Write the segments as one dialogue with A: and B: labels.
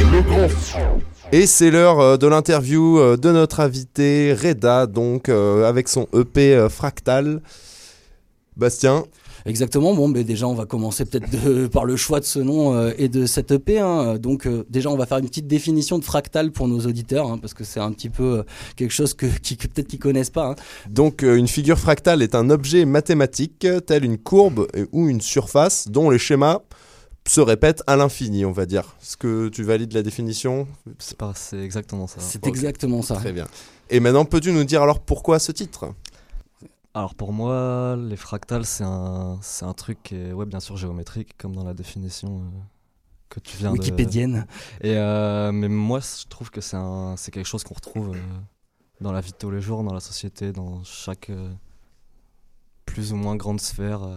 A: le gonfle.
B: Et c'est l'heure euh, de l'interview euh, de notre invité Reda, donc euh, avec son EP euh, Fractal. Bastien,
C: Exactement. Bon, mais déjà, on va commencer peut-être de- par le choix de ce nom euh, et de cette EP. hein. Donc, euh, déjà, on va faire une petite définition de fractal pour nos auditeurs, hein, parce que c'est un petit peu euh, quelque chose que, qui que peut-être qu'ils connaissent pas. hein.
B: donc euh, une figure fractale est un objet mathématique euh, tel une courbe et- ou une surface dont les schémas se répètent à l'infini, on va dire. Est-ce que tu valides la définition
D: C'est pas- c'est exactement ça.
C: C'est
B: ok.
C: exactement ça.
B: Très bien. Et maintenant, peux-tu nous dire alors pourquoi ce titre
D: Alors pour moi, les fractales, c'est un, c'est un truc, qui est, ouais, bien sûr géométrique, comme dans la définition euh, que tu viens de.
C: Wikipédienne.
D: Et euh, mais moi, c- je trouve que c'est un, c'est quelque chose qu'on retrouve euh, dans la vie de tous les jours, dans la société, dans chaque euh, plus ou moins grande sphère. euh.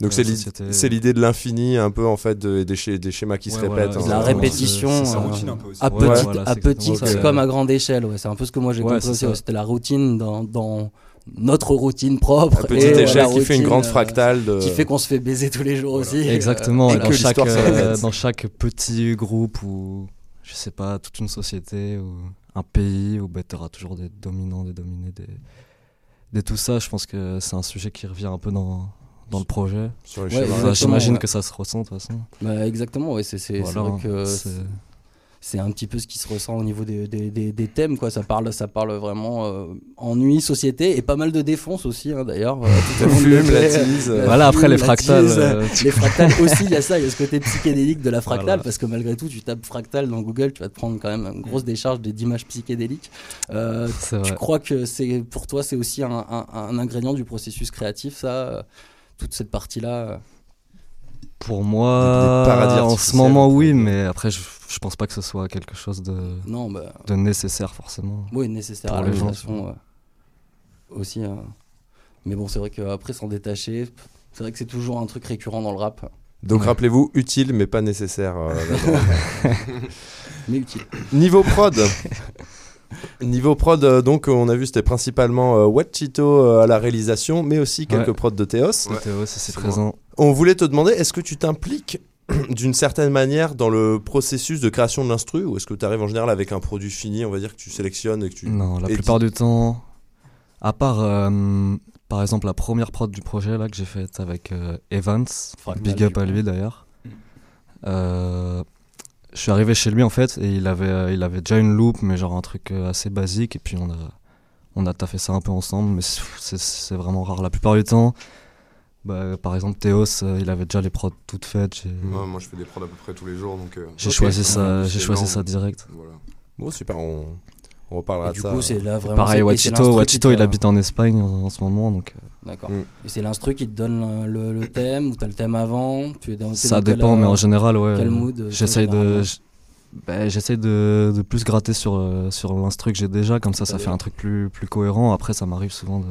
B: Donc
D: Ouais,
B: c'est
D: ça,
B: l'id-
D: c'était-
B: c'est l'idée de l'infini, un peu en fait, de- des, schémas- des schémas qui se
D: Ouais,
B: répètent.
D: voilà,
C: La
B: hein.
D: exactement,
C: répétition,
D: c'est- c'est
C: euh,
D: ça.
A: routine un peu aussi.
C: À
D: Ouais,
C: petite,
D: voilà,
C: à
D: c'est exactement
C: petite
D: ça.
C: comme à grande échelle, ouais. c'est un peu ce que moi j'ai
D: Ouais,
C: compris
D: c'est
C: aussi.
D: ça.
C: ouais. C'était la routine dans, dans notre routine propre.
B: À
C: et,
B: petite
C: euh,
B: échelle
C: la
B: qui fait une
C: routine,
B: grande
C: euh,
B: fractale. de-
C: qui fait qu'on se fait baiser tous les jours aussi. euh,
D: Exactement.
B: et
D: dans,
B: que
D: chaque,
B: l'histoire se
D: euh,
B: répète.
D: dans chaque petit groupe ou je sais pas, toute une société ou un pays où bah, tu auras toujours des dominants, des dominés, des, des tout ça. Je pense que c'est un sujet qui revient un peu dans, dans le projet.
B: sur les
C: Ouais,
B: schémas.
D: Enfin, J'imagine
C: ouais.
D: que ça se ressent de toute façon.
C: bah, exactement, ouais, c'est c'est- c'est
D: Voilà, hein.
C: vrai que
D: c'est-
C: c'est- c'est un petit peu ce qui se ressent au niveau des, des- des- des thèmes quoi ça parle ça parle vraiment euh, ennui société et pas mal de défonce aussi hein, d'ailleurs euh, tout au
B: Le
C: long de
B: fume, la
C: l'EP.
B: tease.
C: Euh,
D: Voilà,
C: fume,
D: Bah, après les
C: la
D: fractales.
C: tease.
D: euh,
C: les fractales aussi il y a ça il y a ce côté psychédélique de la fractale
D: Voilà.
C: parce que malgré tout tu tapes fractale dans Google tu vas te prendre quand même une grosse décharge des- d'images psychédéliques Euh,
D: c'est
C: tu
D: vrai.
C: crois que c'est pour toi c'est aussi un, un- un ingrédient du processus créatif ça euh, toute cette partie là
D: Pour
B: Des- des paradis
D: moi, en ce
B: artificiels,
D: moment,
B: entre
C: euh,
D: oui,
B: guillemets.
D: mais après, je, je pense pas que ce soit quelque chose de,
C: non bah
D: de nécessaire forcément.
C: Oui, nécessaire
D: Pour
C: à
D: les
C: la
D: gens,
C: façon aussi. euh. Mais bon, c'est vrai qu'après s'en détacher, p- c'est vrai que c'est toujours un truc récurrent dans le rap,
B: Donc
D: Ouais.
B: rappelez-vous, utile mais pas nécessaire. euh, la drogue.
C: mais utile.
B: Niveau prod. Niveau prod, euh, donc on a vu c'était principalement euh, Wet Chito euh, à la réalisation, mais aussi quelques
D: Ouais.
B: prods de Théos.
A: Ouais,
D: C'était ouais, ça, E, c'est
A: c'est
D: présent.
B: On voulait te demander, est-ce que tu t'impliques d'une certaine manière dans le processus de création de l'instru ou est-ce que tu arrives en général avec un produit fini, on va dire que tu sélectionnes et que tu...
D: Non, la
B: et
D: plupart du temps, à part euh, par exemple la première prod du projet là que j'ai faite avec euh, Evans,
C: Fractal,
D: big
C: du
D: up à
C: coup.
D: lui d'ailleurs. Euh, je suis arrivé chez lui en fait et il avait euh, il avait déjà une loupe mais genre un truc euh, assez basique et puis on a on a taffé ça un peu ensemble mais c'est- c'est c'est vraiment rare la plupart du temps. bah, par exemple Théos, euh, il avait déjà les prods toutes faites. J'ai
A: Ouais, moi, je fais des prods à peu près tous les jours, donc. euh,
D: j'ai
A: ok.
D: choisi
A: Ouais,
D: ça, j'ai
A: c'est
D: choisi
A: énorme.
D: ça direct.
A: Voilà.
B: Bon, super, on, on reparlera
C: Et
B: de
C: du
B: Bah, ça.
C: coup, c'est là vraiment.
D: Pareil,
C: c'est- et c'est l'instru
D: Wachito,
C: qui
D: Wachito,
C: te-
D: il habite en Espagne en, en ce moment donc.
C: D'accord.
B: Mm.
C: Et c'est l'instru qui te donne euh, le, le thème, ou t'as le thème avant, tu es dans t'es
D: Ça
C: dans quel,
D: dépend, mais en
C: euh,
D: général, ouais.
C: quel mood, euh,
D: J'essaye
C: généralement
D: de, j- ben, j'essaye de, de plus gratter sur, euh, sur l'instru que j'ai déjà, comme ça, ça fait un truc plus, plus cohérent. Après, ça m'arrive souvent de-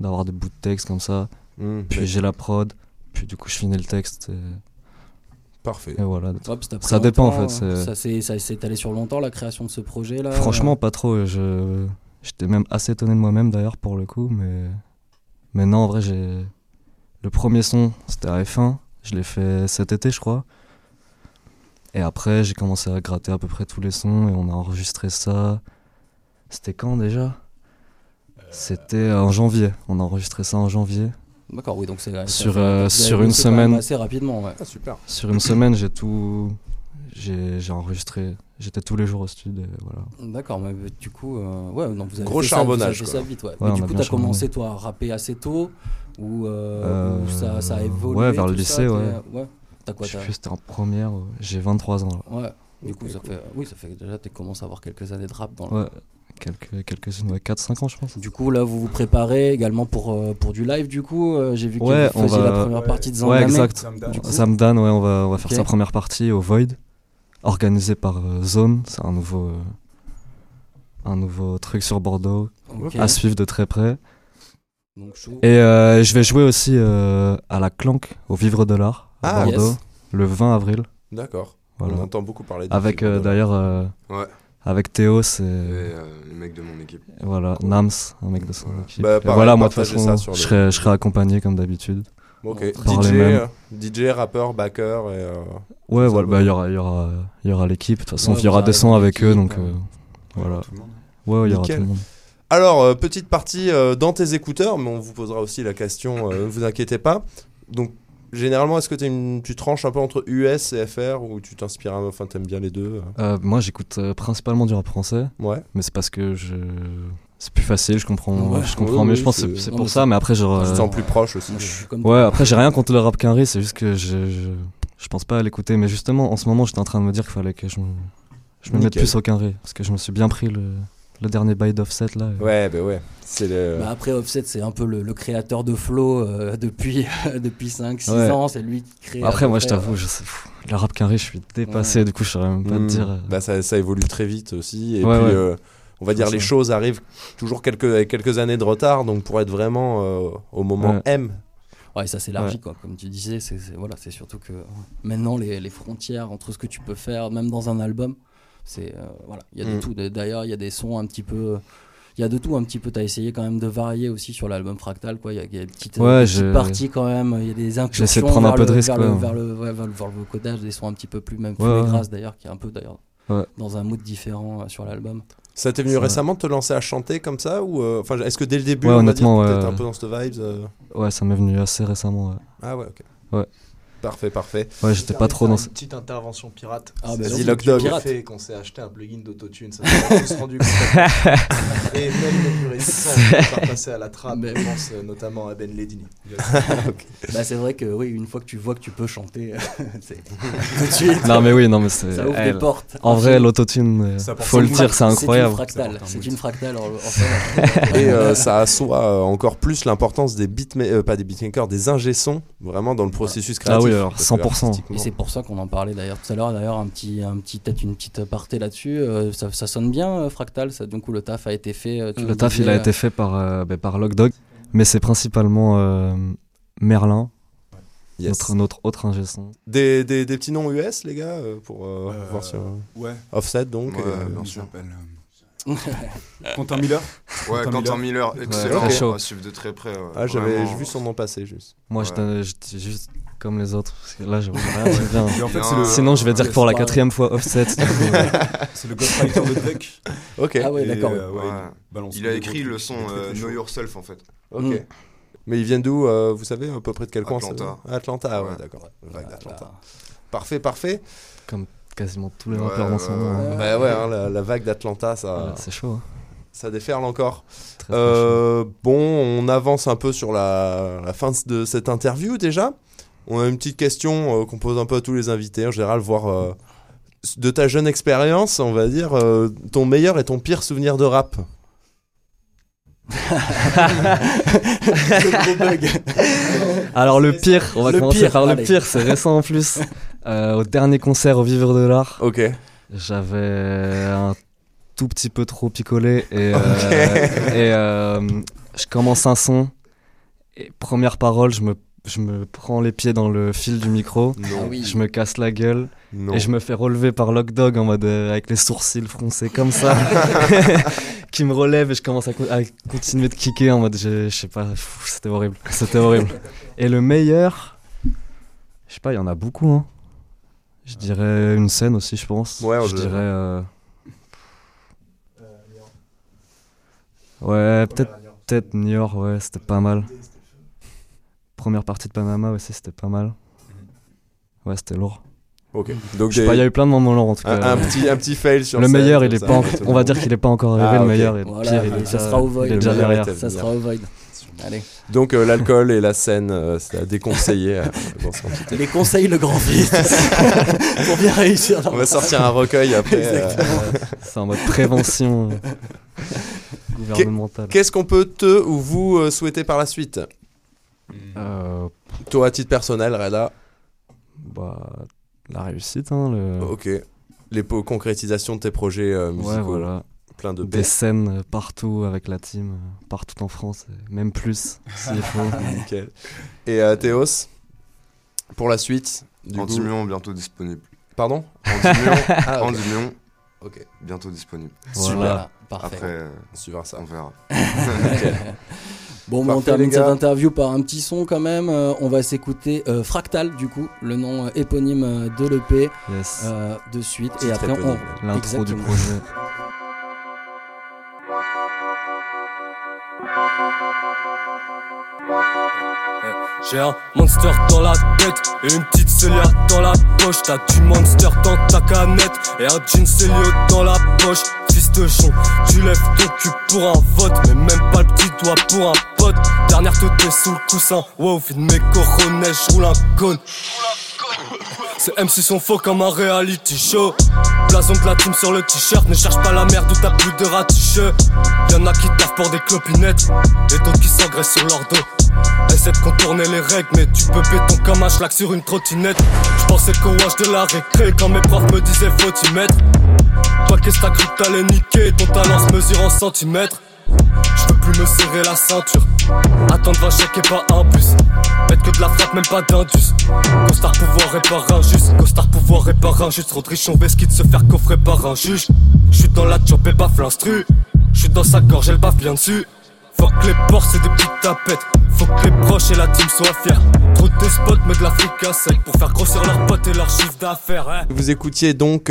D: d'avoir des bouts de texte comme ça.
B: Hmm,
D: Puis
B: mais-
D: j'ai la prod, puis du coup, je finis le texte. Et,
B: Parfait.
D: et voilà.
C: Hop, c'est après
D: Ça dépend, en
C: longtemps,
D: fait,
C: euh,
D: c'est-
C: Ça s'est ça s'est étalé sur longtemps la création de ce projet là.
D: Franchement, pas trop. Je, j'étais même assez étonné de moi-même d'ailleurs pour le coup, mais, mais non, en vrai, j'ai. Le premier son, c'était à F1. Je l'ai fait cet été, je crois. Et après, j'ai commencé à gratter à peu près tous les sons et on a enregistré ça. C'était quand déjà C'était en janvier. On a enregistré ça en janvier.
C: D'accord, oui, donc c'est. ça
D: Sur,
C: fait-
D: euh,
C: vous avez
D: sur une
C: bossé quand même
D: semaine.
C: Assez rapidement, ouais.
B: Ah, super.
D: Sur une semaine, j'ai tout. J'ai, j'ai enregistré. J'étais tous les jours au studio. et voilà.
C: D'accord, mais euh, du coup, euh, ouais, non, vous avez
B: Gros
C: fait
B: charbonnage,
C: Ça, vous avez fait
B: quoi.
C: ça vite, ouais. mais
D: Ouais, on
C: du
D: a
C: coup,
D: bien
C: t'as commencé toi à rapper assez tôt ou, euh, ou
D: Euh,
C: ça, ça a
D: ouais,
C: évolué
D: vers le
C: tout ça,
D: lycée,
C: t'es- euh, ouais. T'as quoi
D: je sais
C: t'as-
D: plus, c'était en première. ouais. J'ai 23 ans là.
C: Ouais. Du coup, ça fait, oui, ça fait que déjà, tu commences à avoir quelques années de rap dans le-
D: Ouais, quelques, quelques-unes, ouais, 4-5 ans, je pense.
C: Du coup, là, vous vous préparez également pour, euh, pour du live, du coup. euh, J'ai vu que
D: Ouais,
C: vous
D: on
C: faisiez
D: va-
C: la première
A: Ouais.
C: partie de Zandamé.
D: Ouais, exact.
A: Ça me donne-
D: Samdan, ouais, on va, on va faire
C: Ok.
D: sa première partie au Void, organisé par euh, Zone, c'est un nouveau, euh, un nouveau truc sur Bordeaux,
C: Ok.
D: à suivre de très près.
C: Donc, chaud.
D: Et euh, je vais jouer aussi euh, à la Clanque, au Vivre de l'Art, à
B: Ah,
D: Bordeaux,
C: yes.
D: le 20 avril.
B: D'accord.
D: Voilà.
B: On entend beaucoup parler de
D: Avec euh, d'ailleurs, euh,
A: Ouais.
D: avec Théo, c'est.
A: Et, euh, les mecs de mon équipe.
D: Voilà, Nams, un mec de son
A: Voilà.
D: équipe.
B: Bah,
D: Et
B: pareil,
D: voilà, moi de toute
B: partagez
D: façon,
B: ça sur
D: je
B: les-
D: serai, je serai accompagné comme d'habitude.
B: Bon, ok.
C: Par
B: DJ,
D: les mêmes.
B: euh, DJ, rappeur, backer. Et, euh,
D: Ouais,
B: va.
D: voilà, bah, il y aura, il y aura, il y aura l'équipe. De toute façon,
C: Ouais,
D: il y aura
C: vous
D: des sons
C: arrivez
D: avec
C: avec
D: eux,
C: l'équipe,
D: donc
C: ouais.
D: euh, voilà.
A: Tout le monde.
D: Ouais, ouais, il y aura tout
B: Nickel.
D: le monde.
B: Alors, euh, petite partie euh, dans tes écouteurs, mais on vous posera aussi la question, euh, ne vous inquiétez pas. Donc, généralement, est-ce que t'es une- tu tranches un peu entre US et FR ou tu t'inspires, un- enfin, t'aimes bien les deux euh
D: Euh, moi, j'écoute euh, principalement du rap français,
B: Ouais.
D: mais c'est parce que je. C'est plus facile, je comprends,
C: Ouais.
D: je comprends
B: Oui,
D: mais
B: oui,
D: je pense que
B: c'est-
D: c'est- c'est
C: non,
D: pour
C: mais
D: ça,
C: c'est-
D: mais après, genre.
B: Tu
D: euh,
B: te sens plus proche aussi.
C: Moi, je suis comme
D: Ouais, après, j'ai rien contre le rap Quinry, c'est juste que je, je, je pense pas à l'écouter. Mais justement, en ce moment, j'étais en train de me dire qu'il fallait que je me, je me mette
B: Nickel.
D: plus au Quinry. Parce que je me suis bien pris le, le dernier bail d'offset là. et-
B: Ouais, bah ouais. C'est le.
D: euh,
C: Bah après Offset c'est un peu le, le créateur de flow euh, depuis depuis 5 6
D: Ouais.
C: ans, c'est lui qui crée à
D: Après,
C: peu
D: moi,
C: près,
D: je t'avoue, je sais- pff, le rap Quinry, je suis dépassé. Du coup, je saurais même pas
C: Mm.
B: Hmm.
D: te dire. euh,
B: Bah, ça, ça évolue très vite aussi. Et
D: Ouais,
B: puis,
D: ouais.
B: euh, on va dire,
D: ça.
B: les choses arrivent toujours quelques, avec quelques années de retard. Donc, pour être vraiment euh, au moment
D: Ouais.
B: M.
C: Ouais, ça s'élargit, quoi. Comme tu disais, c'est c'est- voilà, c'est surtout que euh, maintenant les, les frontières entre ce que tu peux faire, même dans un album, c'est euh, voilà, il y a de
B: Mm.
C: tout. D'ailleurs, il y a des sons un petit peu, il y a de tout un petit peu. T'as essayé quand même de varier aussi sur l'album Fractal, quoi. Il y a, il y a des petites,
D: Ouais,
C: des petites
D: je-
C: parties quand même. Il y a des incursions.
D: de prendre un
C: vers
D: peu de
C: le-
D: risque,
C: vers le,
D: quoi.
C: vers le, ouais, vers le- vers le vocodage, des sons un petit peu plus même
D: Ouais,
C: fumée
D: ouais.
C: grasse d'ailleurs, qui est un peu d'ailleurs
D: Ouais.
C: dans un mood différent euh, sur l'album.
B: Ça t'est venu
D: Ça va.
B: récemment de te lancer à chanter comme ça ou euh, enfin est-ce que dès le début
D: Ouais,
B: on va dire,
D: honnêtement, ouais,
B: t'étais un
D: ouais.
B: peu dans cette vibes euh
D: Ouais, ça m'est venu assez récemment. Ouais,
B: Ah ouais, ok.
D: Ouais.
B: Parfait, parfait.
D: ouais j'étais pas trop dans.
E: Une petite intervention pirate.
C: Ah,
E: C'est
C: bah,
E: surtout
B: vas-y,
E: que
B: Lockdown.
E: j'ai
C: Pirate.
E: fait qu'on s'est acheté un plugin d'autotune, ça s'est tous rendu compte. Et même les plus résistants sont passés à la trappe,
C: Mais-
E: je pense euh, notamment à Ben Ledini.
C: bah, c'est vrai que oui, une fois que tu vois que tu peux chanter, c'est tout de suite.
D: Non, mais oui, non, mais c'est.
C: Ça ouvre
D: elle-
C: des portes.
D: En vrai, l'autotune, euh,
E: Ça porte
D: faut le
C: une
D: dire,
C: frac-
D: c'est incroyable.
C: C'est une fractale.
E: C'est
C: C'est une fractale en, en fait.
B: Et euh, ça assoit euh, encore plus l'importance des beatma- euh, pas des beatmakers, des ingé-sons, vraiment dans le processus
D: Ah
B: créatif.
D: oui, alors,
B: Parce que
D: 100%.
B: artistiquement-
C: Et c'est pour ça qu'on en parlait d'ailleurs tout à l'heure. D'ailleurs, un petit, un petit, peut-être une petite aparté là-dessus. Euh, ça, ça sonne bien, euh, fractal. Ça, du coup, le taf a été fait. euh, tu
D: Le
C: le
D: taf,
C: disais,
D: il a
C: euh,
D: été fait par, euh, ben, par Lockdog, mais c'est principalement euh, Merlin,
B: Yes.
D: notre, notre autre ingé son.
B: Des, des, des petits noms US, les gars, euh, pour euh,
F: Euh,
B: voir si. on-
F: Ouais,
B: Offset donc.
A: Ouais,
B: euh,
A: bien sûr. Appelle,
F: Quentin Miller.
A: euh, Ouais, Quentin Miller, excellent.
D: ok.
A: On va suivre de très près. ouais,
B: Ah, j'avais
A: vraiment.
B: j'ai vu son nom passer juste.
D: Moi,
A: Ouais.
D: je t'en- je dis juste comme les autres, parce que là, j'ai rien qui me vient.
F: Et en fait,
A: Non,
F: c'est le,
D: Sinon, je vais dire que pour la
C: Ouais.
D: quatrième fois offset. du coup, euh,
F: c'est le Ghostwriter de Drake.
B: Ok.
C: Ah ouais,
F: Et,
C: d'accord.
F: euh, ouais,
A: Ouais.
F: il balance
A: Il a
F: des
A: écrit
F: gros
A: le
F: trucs,
A: son
F: des trucs
A: euh,
F: très
A: Know
F: chauds.
A: Yourself en fait.
B: Ok.
C: Mm.
B: Mais ils viennent d'où euh, Vous savez à peu près de quel coin
A: Atlanta.
B: c'est Atlanta, ah ouais,
A: Ouais.
B: d'accord. Vague d'Atlanta.
C: voilà.
B: Parfait, parfait.
D: Quasiment tous les
A: Ouais,
D: rappeurs dans son
A: ouais,
D: nom.
C: ouais.
D: hein.
B: Bah ouais, hein, la, la vague d'Atlanta,
D: Voilà,
B: ça,
D: c'est chaud. hein.
B: ça déferle encore.
D: Très, très
B: Euh, bon, on avance un peu sur la, la fin de cette interview déjà. On a une petite question euh, qu'on pose un peu à tous les invités en général, voir euh, de ta jeune expérience, on va dire, euh, ton meilleur et ton pire souvenir de rap.
D: chaud. Alors, le pire, on va
C: Le
D: commencer
C: pire,
D: par le
C: allez.
D: pire, c'est récent en plus. Euh, au dernier concert au Vivre de l'Art,
B: Ok.
D: J'avais un tout petit peu trop picolé et, euh, et, euh, je commence un son. Et première parole, je me, je me prends les pieds dans le fil du micro.
C: Ah
B: Non.
C: oui.
D: Je me casse la gueule
B: non.
D: et je me fais relever par Lock Dog en mode euh, avec les sourcils froncés comme ça, qui me relève et je commence à, co- à continuer de kicker en mode je, je sais pas, pff, c'était horrible, c'était horrible. Et le meilleur, je sais pas, il y en a beaucoup, hein. Je dirais une scène aussi, je pense.
B: Ouais,
D: je
B: je-
D: dirais. euh, Ouais, peut-être peut-être New York, ouais, c'était pas mal. Première partie de Panama aussi, c'était pas
B: Mhm.
D: mal. Ouais, c'était lourd.
B: Ok. Donc
D: Je sais pas, il y a eu plein de moments lourds en tout cas.
B: un, un petit, un petit fail sur
D: Le
B: scène,
D: meilleur, il
B: comme
D: est
B: ça,
D: pas. en-
B: tout le
D: On va
B: monde.
D: dire qu'il est pas encore arrivé.
B: Ah,
D: le
B: ok.
D: meilleur et le
C: Voilà,
D: pire, il est
C: ça
D: déjà,
C: sera au void.
D: il est déjà
B: Le meilleur
D: derrière.
B: était-
C: Ça sera au void. Allez.
B: Donc euh, l'alcool et la scène, euh, c'est à déconseiller. euh, dans ce sens.
C: Les conseils, le grand fils. pour bien réussir.
B: On va sortir un recueil après. euh,
D: C'est en mode prévention euh, gouvernementale.
B: Qu'est-ce qu'on peut te ou vous euh, souhaiter par la suite
D: Euh,
B: Toi, à titre personnel, Reda.
D: bah, la réussite, hein, le.
B: Ok. Les po- concrétisations de tes projets euh, musicaux,
D: Ouais, voilà.
B: plein de
D: Des
B: baisses.
D: scènes euh, partout avec la team, euh, partout en France, et même plus s'il faut.
B: Nickel. Et euh, Théos, pour la suite, du coup-
A: Anti-Mion bientôt disponible.
B: Pardon
A: Anti-Mion,
B: Ah, ok.
A: Anti-Mion,
B: Ok,
A: bientôt disponible.
D: Voilà.
C: Super. Parfait.
A: Après, euh,
B: on suivra ça.
A: on verra.
B: Nickel.
C: Bon,
E: Parfait,
C: on termine
E: les gars.
C: cette interview par un petit son quand même. Euh, on va s'écouter euh, Fractal, du coup, le nom euh, éponyme euh, de l'EP,
D: Yes.
C: euh, de suite.
B: Titre
C: Et après,
B: éponyme.
C: on,
D: L'intro du
C: exactement.
D: projet.
G: J'ai un monster dans la tête et une petite Célia dans la poche. T'as du monster dans ta canette et un jean Célio dans la poche. Fils de chon, tu lèves ton cul pour un vote, mais même pas le petit doigt pour un pote. Dernière te t'es sous le coussin. Wow, vide mes coronets, je roule un cône. Ces MC sont faux comme un reality show. Blason de la team sur le t-shirt, ne cherche pas la merde où t'as plus de raticheux. Y'en a qui taffent pour des clopinettes et d'autres qui s'engraissent sur leur dos. Essaie de contourner les règles, mais tu peux béton comme un schlac sur une trottinette. Je pensais qu'au wash de la récré quand mes profs me disaient faut t'y mettre. Toi qu'est-ce que t'as cru que t'allais niquer, ton talent se mesure en centimètres. Je veux plus me serrer la ceinture. Attendre 20 chèques et pas un bus. Mettre que de la frappe, même pas d'indus. Costard pouvoir et par injuste. Costard pouvoir et par injuste. Rendre riche, on qui de se faire coffrer par un juge. J'suis dans la tchope et baffe l'instru. J'suis dans sa gorge, elle baffe bien dessus. Faut que les porcs c'est des petites tapettes. Faut que les proches et la team soient fiers. Trop de spots, mais de la fricasse sec pour faire grossir leurs potes et leurs chiffres d'affaires. hein.
B: Vous écoutiez donc